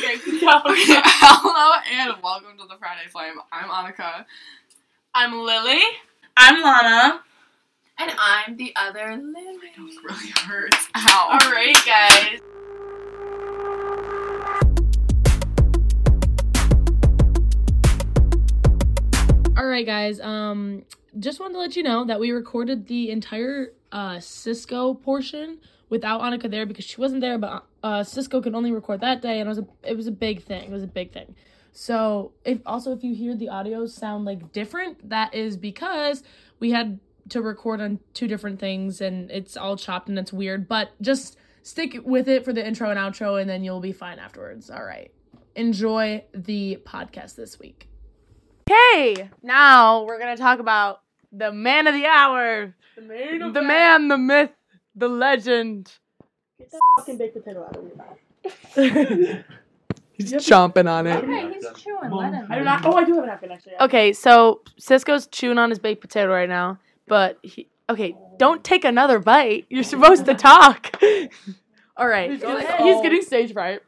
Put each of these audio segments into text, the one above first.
Jake. No. Okay, hello and welcome to the Friday Flame. I'm Annika. I'm Lily. I'm Lana. And I'm the other Lily. It really hurts. Ow. Alright, guys. All right, guys. Um, just wanted to let you know that we recorded the entire uh, Cisco portion without Annika there because she wasn't there, but uh, Cisco could only record that day, and it was a it was a big thing. It was a big thing. So if also if you hear the audio sound like different, that is because we had to record on two different things, and it's all chopped and it's weird. But just stick with it for the intro and outro, and then you'll be fine afterwards. All right. Enjoy the podcast this week. Okay, now we're gonna talk about the man of the hour, The man, the man, the myth, the legend. Get that fucking baked potato out of your mouth. He's chomping on Okay, he's chewing. Let him. I do not. Oh, I do have a napkin actually. Okay, so Cisco's chewing on his baked potato right now, but he. Okay, don't take another bite. You're supposed to talk. All right, He's he's, getting- getting stage fright.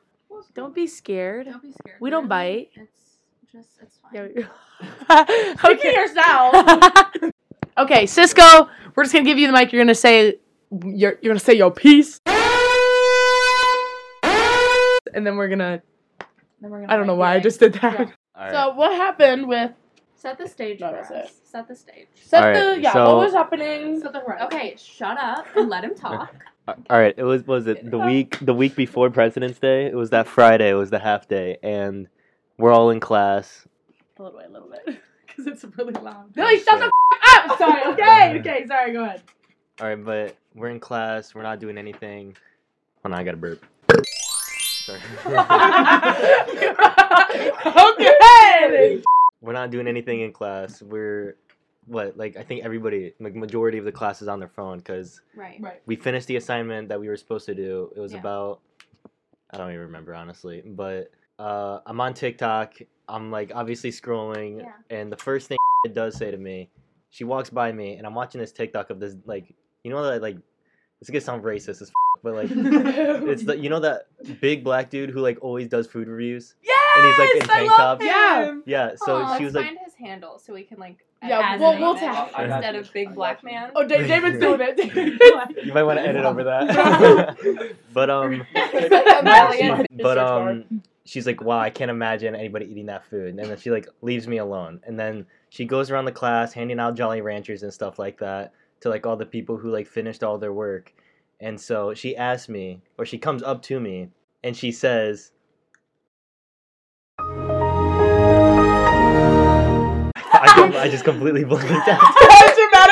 Don't be scared. Don't be scared. We don't bite. It's just it's fine. Yeah, Yeah, we- okay. okay, Cisco, we're just gonna give you the mic. You're gonna say you're you're gonna say your piece. And then we're gonna then we're gonna I don't know like, why I like, just did that. All right. So what happened with set the stage No, for that's us. Set the stage. set Alright, the yeah? so- what was happening? Set the run. Okay, shut up and let him talk. Uh, All right. It was was it the Um, week the week before President's Day? It was that Friday. It was the half day, and we're all in class. Oh, Pull it away a little bit. Because it's really loud. Billy, shut the f- up. Sorry. Okay. Okay. Sorry. Go ahead. All right, but we're in class. We're not doing anything. Oh no, I got a burp. Sorry. okay. we're not doing anything in class. We're what like I think everybody like majority of the class is on their phone because Right. we finished the assignment that we were supposed to do. It was Yeah. about I don't even remember honestly, but uh, I'm on TikTok. I'm like obviously scrolling, Yeah. and the first thing it does say to me, she walks by me, and I'm watching this TikTok of this like you know that like this is gonna sound racist as f- but like it's the you know that big black dude who like always does food reviews. Yes, And he's, like, in tank I love tops. him. Yeah, so Aw, she was let's like, find his handle so we can like Yeah, add we'll- his we'll name in tap- I got instead you. of big I black got you. man. Oh, Da- David's doing you it. might want to edit over that. but um, Oh, Brilliant. but um she's like wow i can't imagine anybody eating that food and then she like leaves me alone and then she goes around the class handing out jolly ranchers and stuff like that to like all the people who like finished all their work and so she asks me or she comes up to me and she says I, com- I just completely blanked out.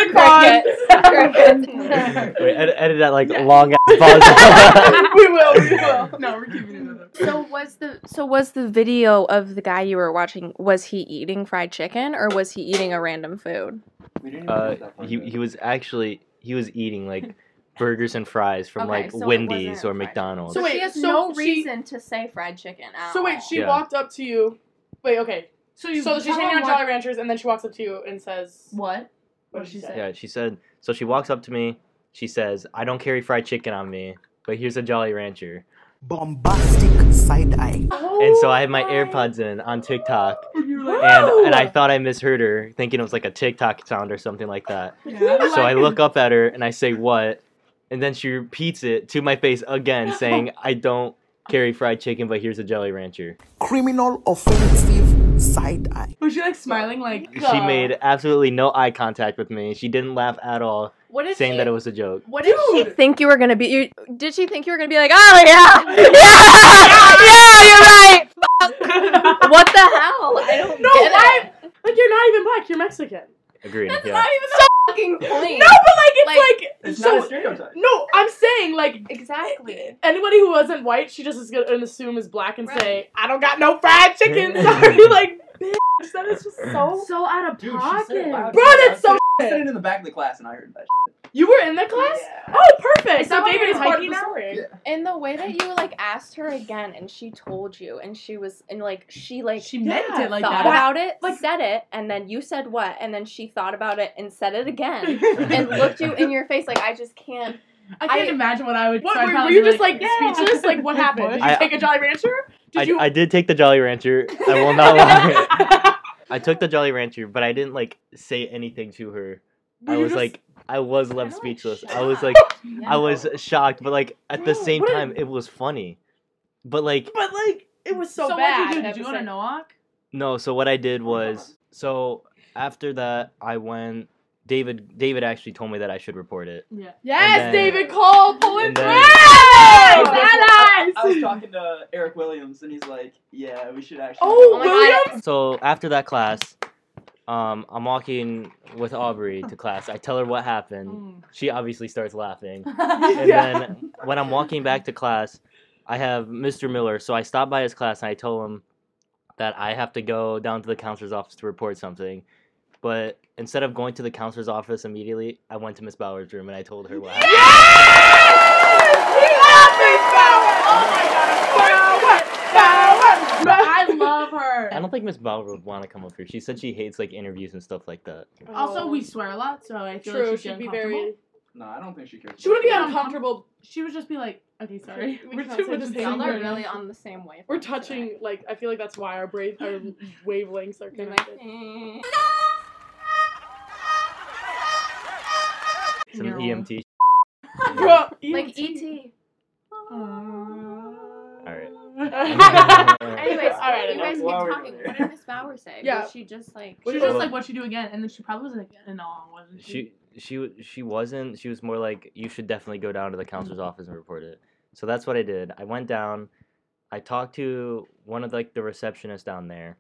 Dramatic pause. Wait, edit, edit that like long ass pause. we will. We will. No, we're keeping it in there. So was the so was the video of the guy you were watching was he eating fried chicken or was he eating a random food? We didn't even uh, get that part he yet. he was actually he was eating like burgers and fries from Okay, like so it Wendy's wasn't or fried. McDonald's. So wait, she has so no she- reason to say fried chicken at So wait, all. she Yeah. walked up to you. Wait, okay. So you So she's tell handing him out Jolly Ranchers, and then she walks up to you and says, What? What did she say? yeah, she said. So she walks up to me. She says, "I don't carry fried chicken on me, but here's a Jolly Rancher." bombastic side eye. and so I had Oh my AirPods in on TikTok, What? and and I thought I misheard her, thinking it was like a TikTok sound or something like that. So I look up at her and I say, "What?" And then she repeats it to my face again, saying, "I don't carry fried chicken, but here's a Jolly Rancher." Criminal offensive side eye. Was she like smiling like? She made absolutely no eye contact with me. She didn't laugh at all, What did saying she that it was a joke. what did she think you were gonna be? You, did she think you were gonna be like, oh yeah, yeah, yeah, you're right. fuck." what the hell? I don't No, get I- it. Like you're not even black. You're Mexican. Agreed. That's yeah. not even the fucking point. No, but like it's Like- like, It's so. not a stereotype. no, I'm saying like Exactly. anybody who wasn't white, she just is gonna assume is black and Right. say, I don't got no fried chicken. Sorry, like bitch, that is just so. So out of Dude, she said pocket. it loud. Bro, that's so. I was sitting in the back of the class and I heard that. You were in the class. Oh, perfect. Is so that why David is you're part of hiking the now? story. Yeah. And the way that you like asked her again, and she told you, and she was, and like she like She meant Yeah, it like thought that. about it, said it, and then you said what, and then she thought about it and said it again, and looked you in your face like I just can't. I can't I- imagine what I would. What so I'd were, were probably you be just like, "Yeah." speechless? Like what happened? Did you I- take a Jolly Rancher? I, Did you? I did take the Jolly Rancher. I will not lie. I took the Jolly Rancher, but I didn't like say anything to her. Were I you was just- like, I was left speechless. I was like, I was shocked, but like at the Bro, same what a- time, it was funny. But like, but like it was so, So bad. what did you do? that Did you was go to like- Noak? no. So what I did was, so after that, I went. David, David actually told me that I should report it. Yes, then- David Cole, pulling and through. then- Yes, I, allies. I was talking to Eric Williams, and he's like, "Yeah, we should actually." Oh, my God. Williams. So after that class, um, I'm walking with Aubrey to class. I tell her what happened. Mm. She obviously starts laughing. Mm. And Yeah. then when I'm walking back to class, I have Mr. Miller. So I stop by his class and I tell him that I have to go down to the counselor's office to report something. But instead of going to the counselor's office immediately, I went to Miss Bauer's room and I told her what happened. Oh I love her. I don't think Miss Bauer would want to come up here. She said she hates like interviews and stuff like that. Also, we swear a lot, so I feel True, like she'd, she'd be be very. uncomfortable. No, I don't think she cares. She wouldn't be about uncomfortable. She would just be like, okay, sorry. We We're can't too say much just pain. Y'all Y'all are are Yeah. really on the same wavelength. We're touching. Like I feel like that's why our brain, our wavelengths are connected. Some E No. EMT. Bro, Like E ET. All right. uh, Anyways, All right, you guys keep Well, we're talking. doing it. What did Miss Bauer say? Yeah. Was she just like? She Well- was like, what you do again? And then she probably was like, no, wasn't she? she she w- she wasn't she was more like you should definitely go down to the counselor's office and report it so that's what i did i went down i talked to one of like the receptionists down there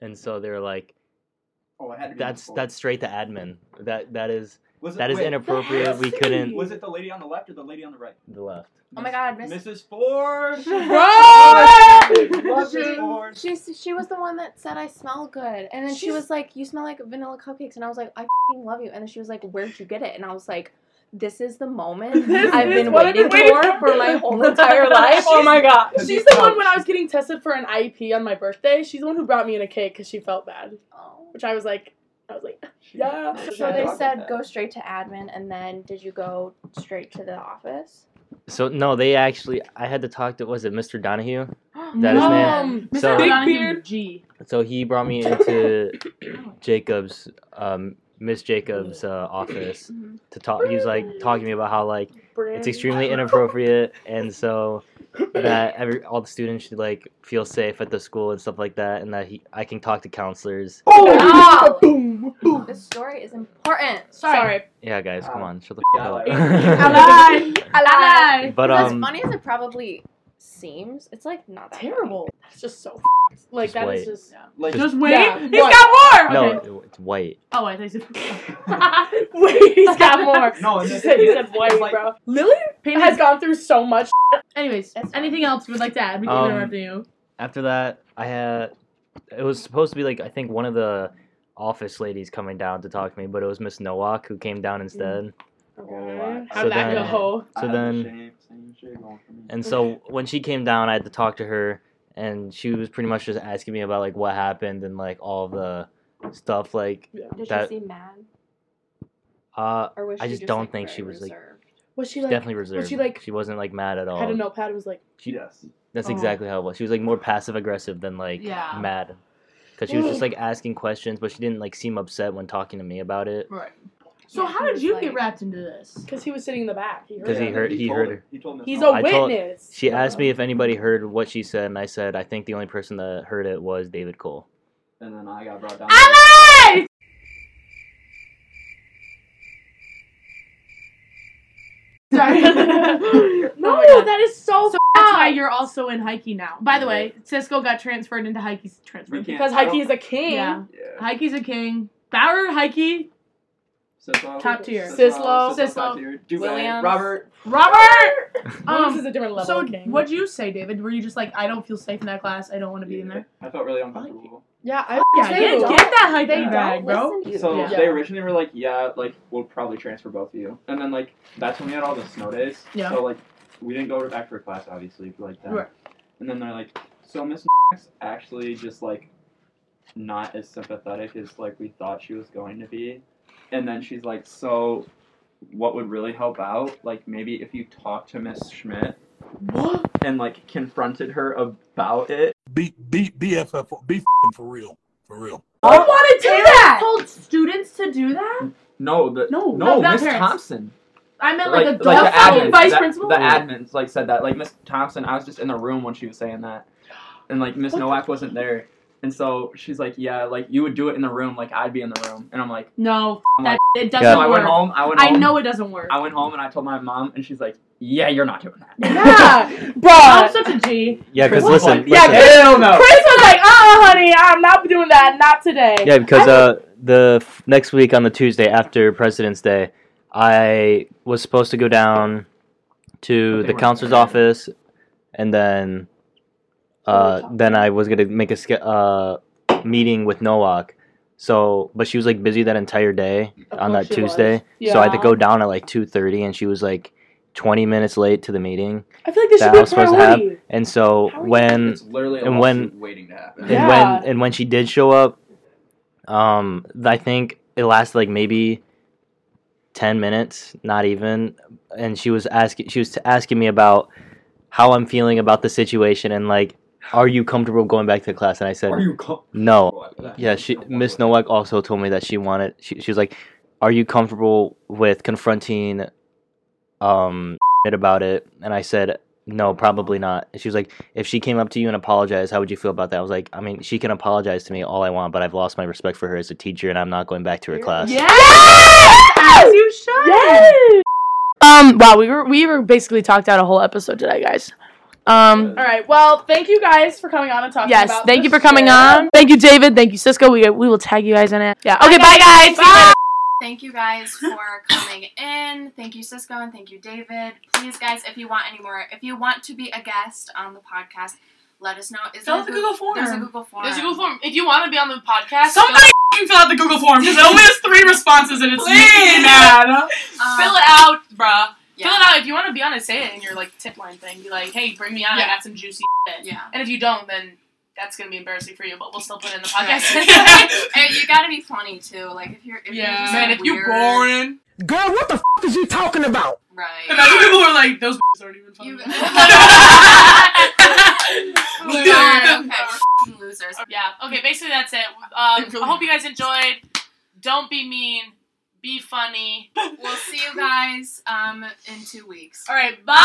and so they were like Oh, it had to be that's Nicole. that's straight to admin that that is Was it, that is wait, inappropriate we couldn't Was it the lady on the left or the lady on the right? the left Oh my God, Miss. Mrs. Ford. She- Mrs. Ford. She's, she was the one that said I smell good, and then she She's- was like, "You smell like vanilla cupcakes," and I was like, "I fing love you," and then she was like, "Where'd you get it?" And I was like, "This is the moment This I've is been what I've waiting, been waiting for for." for my whole entire life." Oh my god! She's the one when I was getting tested for an IEP on my birthday. She's the one who brought me in a cake because she felt bad, which I was like, I was like, Oh. yeah. So they said go straight to admin, and then did you go straight to the office? so no they actually i had to talk to was it mr donahue That is is man. Mr. So- Big Big Beard beard. G. so he brought me into jacob's um miss jacob's uh, office to talk he was like talking to me about how like it's extremely inappropriate and so that every all the students should like feel safe at the school and stuff like that and that he, i can talk to counselors Oh, This story is important. Sorry. yeah guys come on shut the Yeah, f- Alive. up but as um funny as it probably seems, it's like not that Terrible. That's just so. f- Like Just that wait. is just. Like, Just wait. Yeah. He's What? got more. no Okay. it's white Oh, I think Wait, he's got more. no, He said, he said white, it's like- bro. Lily has gone through so much. Anyways, That's fine. anything else you would like to add? We keep Um, interrupting you. after that i had it was supposed to be like i think one of the office ladies coming down to talk to me but it was miss nowak who came Mm. down instead Okay. How'd So that then- go? I so have the then- same- same shit going for me. And so when she came down, I had to talk to her, and she was pretty much just asking me about like what happened and like all the stuff. Like, Did That- she seem mad, uh, or was I she just just don't like, think very she was, like- reserved? Was she she like definitely reserved. was she like wasn't like mad at all. had a notepad and was like, She- yes. That's Oh. exactly how it was. She was like more passive aggressive than like Yeah. mad, because she was just like asking questions, but she didn't like seem upset when talking to me about it. Right. So Yeah, how he did was you like- get wrapped into this? because he was sitting in the back. He heard Because he it. heard- he told heard her- her. He told Miss He's Nowak. a I told- witness. She asked me if anybody heard what she said, and I said I think the only person that heard it was David Cole. And then I got brought down. Sorry. no, Oh my God. that is so. So that's why you're also in Heike now. By the way, Cisco got transferred into Heike's We transferred. can't- because I don't- Heike is a king. Yeah. Yeah. Heike's a king. Bauer, Heike, Sislo. Top tier. Sislo. Sislo, Sislo. top tier. Dubé, Williams. Robert. Robert. Williams Um. is a different level. So of king. what'd you say, David? Were you just like, I don't feel safe in that class. I don't want to be in there. I felt really uncomfortable. Yeah, I Yeah, they get, don't- get that Heike They bag, don't bro. listen to you. So Yeah. they originally were like, yeah, like we'll probably transfer both of you, and then like that's when we had all the snow days. Yeah. So like we didn't go back for class obviously for like that. Right. And then they're like, so Miss is actually just like not as sympathetic as like we thought she was going to be, and then she's like, so what would really help out? Like maybe if you talk to Miss Schmidt. What? and like confronted her about it. Be be BFF be f***ing for real, for real. I want to do that. Told students to do that. No, the No, no, not- not Miss parents. Thompson. I meant like, a the dumb fucking admins, vice the- principal. The admins like said that. Like Miss Thompson, I was just in the room when she was saying that, and like Miss Nowak wasn't there, and so she's like, yeah, like you would do it in the room, like I'd be in the room, and I'm like, no, I'm that it doesn't Yeah. so I work. went home. I went I home. know it doesn't work. I went home and I told my mom, and she's like, yeah, you're not doing that. Yeah, I'm bro. such a G. Yeah, because Chris was listen, like, Yeah, listen. Chris- hell no. Chris was like, "Uh, honey, I'm not doing that. Not today." Yeah, because uh, the f- next week on the Tuesday after President's Day, I was supposed to go down to But they the weren't counselor's there. office, and then, uh, then I was gonna make a sch- uh meeting with Nowak. So, but she was like busy that entire day Of on course that Oh, she was. Tuesday. So I had to Yeah. go down at like two thirty, and she was like twenty minutes late to the meeting. I feel like this that should be I a was supposed to priority. And so How are you- when It's literally a and when- lawsuit waiting to happen. and Yeah. when and when she did show up, um, th- I think it lasted like maybe ten minutes, not even. And she was asking, she was t- asking me about how I'm feeling about the situation and like, are you comfortable going back to class? And I said, Are you co- no. Yeah, she Miss Nowak also told me that she wanted. She, she was like, are you comfortable with confronting, um, about it? And I said. No, probably not. And She was like, if she came up to you and apologized, how would you feel about that? I was like, I mean, she can apologize to me all I want, but I've lost my respect for her as a teacher, and I'm not going back to her class. Yeah. Yes! You should. Um. Wow. We were we were basically talked out a whole episode today, guys. Um. All right. Well, thank you guys for coming on and talking Yes. about Thank you this for coming shit. on. Thank you, David. Thank you, Cisco. We we will tag you guys in it. Yeah. Okay. Bye, guys. See you later. Thank you guys for coming in. Thank you, Cisco, and thank you, David. Please, guys, if you want any more, if you want to be a guest on the podcast, let us know. Is Fill out there a the Goo- Google form. There's a Google form. There's a Google form. If you want to be on the podcast, Somebody fill out the Google form because it only has three responses and it's Please. mad. Um, fill it out, bruh. Yeah. Fill it out. If you want to be on it, say it in your like tip line thing. Be like, hey, bring me on. I Yeah. got some juicy. Shit. Yeah. And if you don't, then that's gonna be embarrassing for you. But we'll still put it in the podcast. And you gotta be funny too. Like if you're if you're Yeah, just, Man, like, if you weird- boring, Girl, what the f is you talking about? right? Imagine people are like, those b- aren't even You- Losers. Losers. Okay, we're losers. yeah. Okay, basically that's it. Um, I Really? hope you guys enjoyed. Don't be mean. Be funny. We'll see you guys um in two weeks. All right, bye.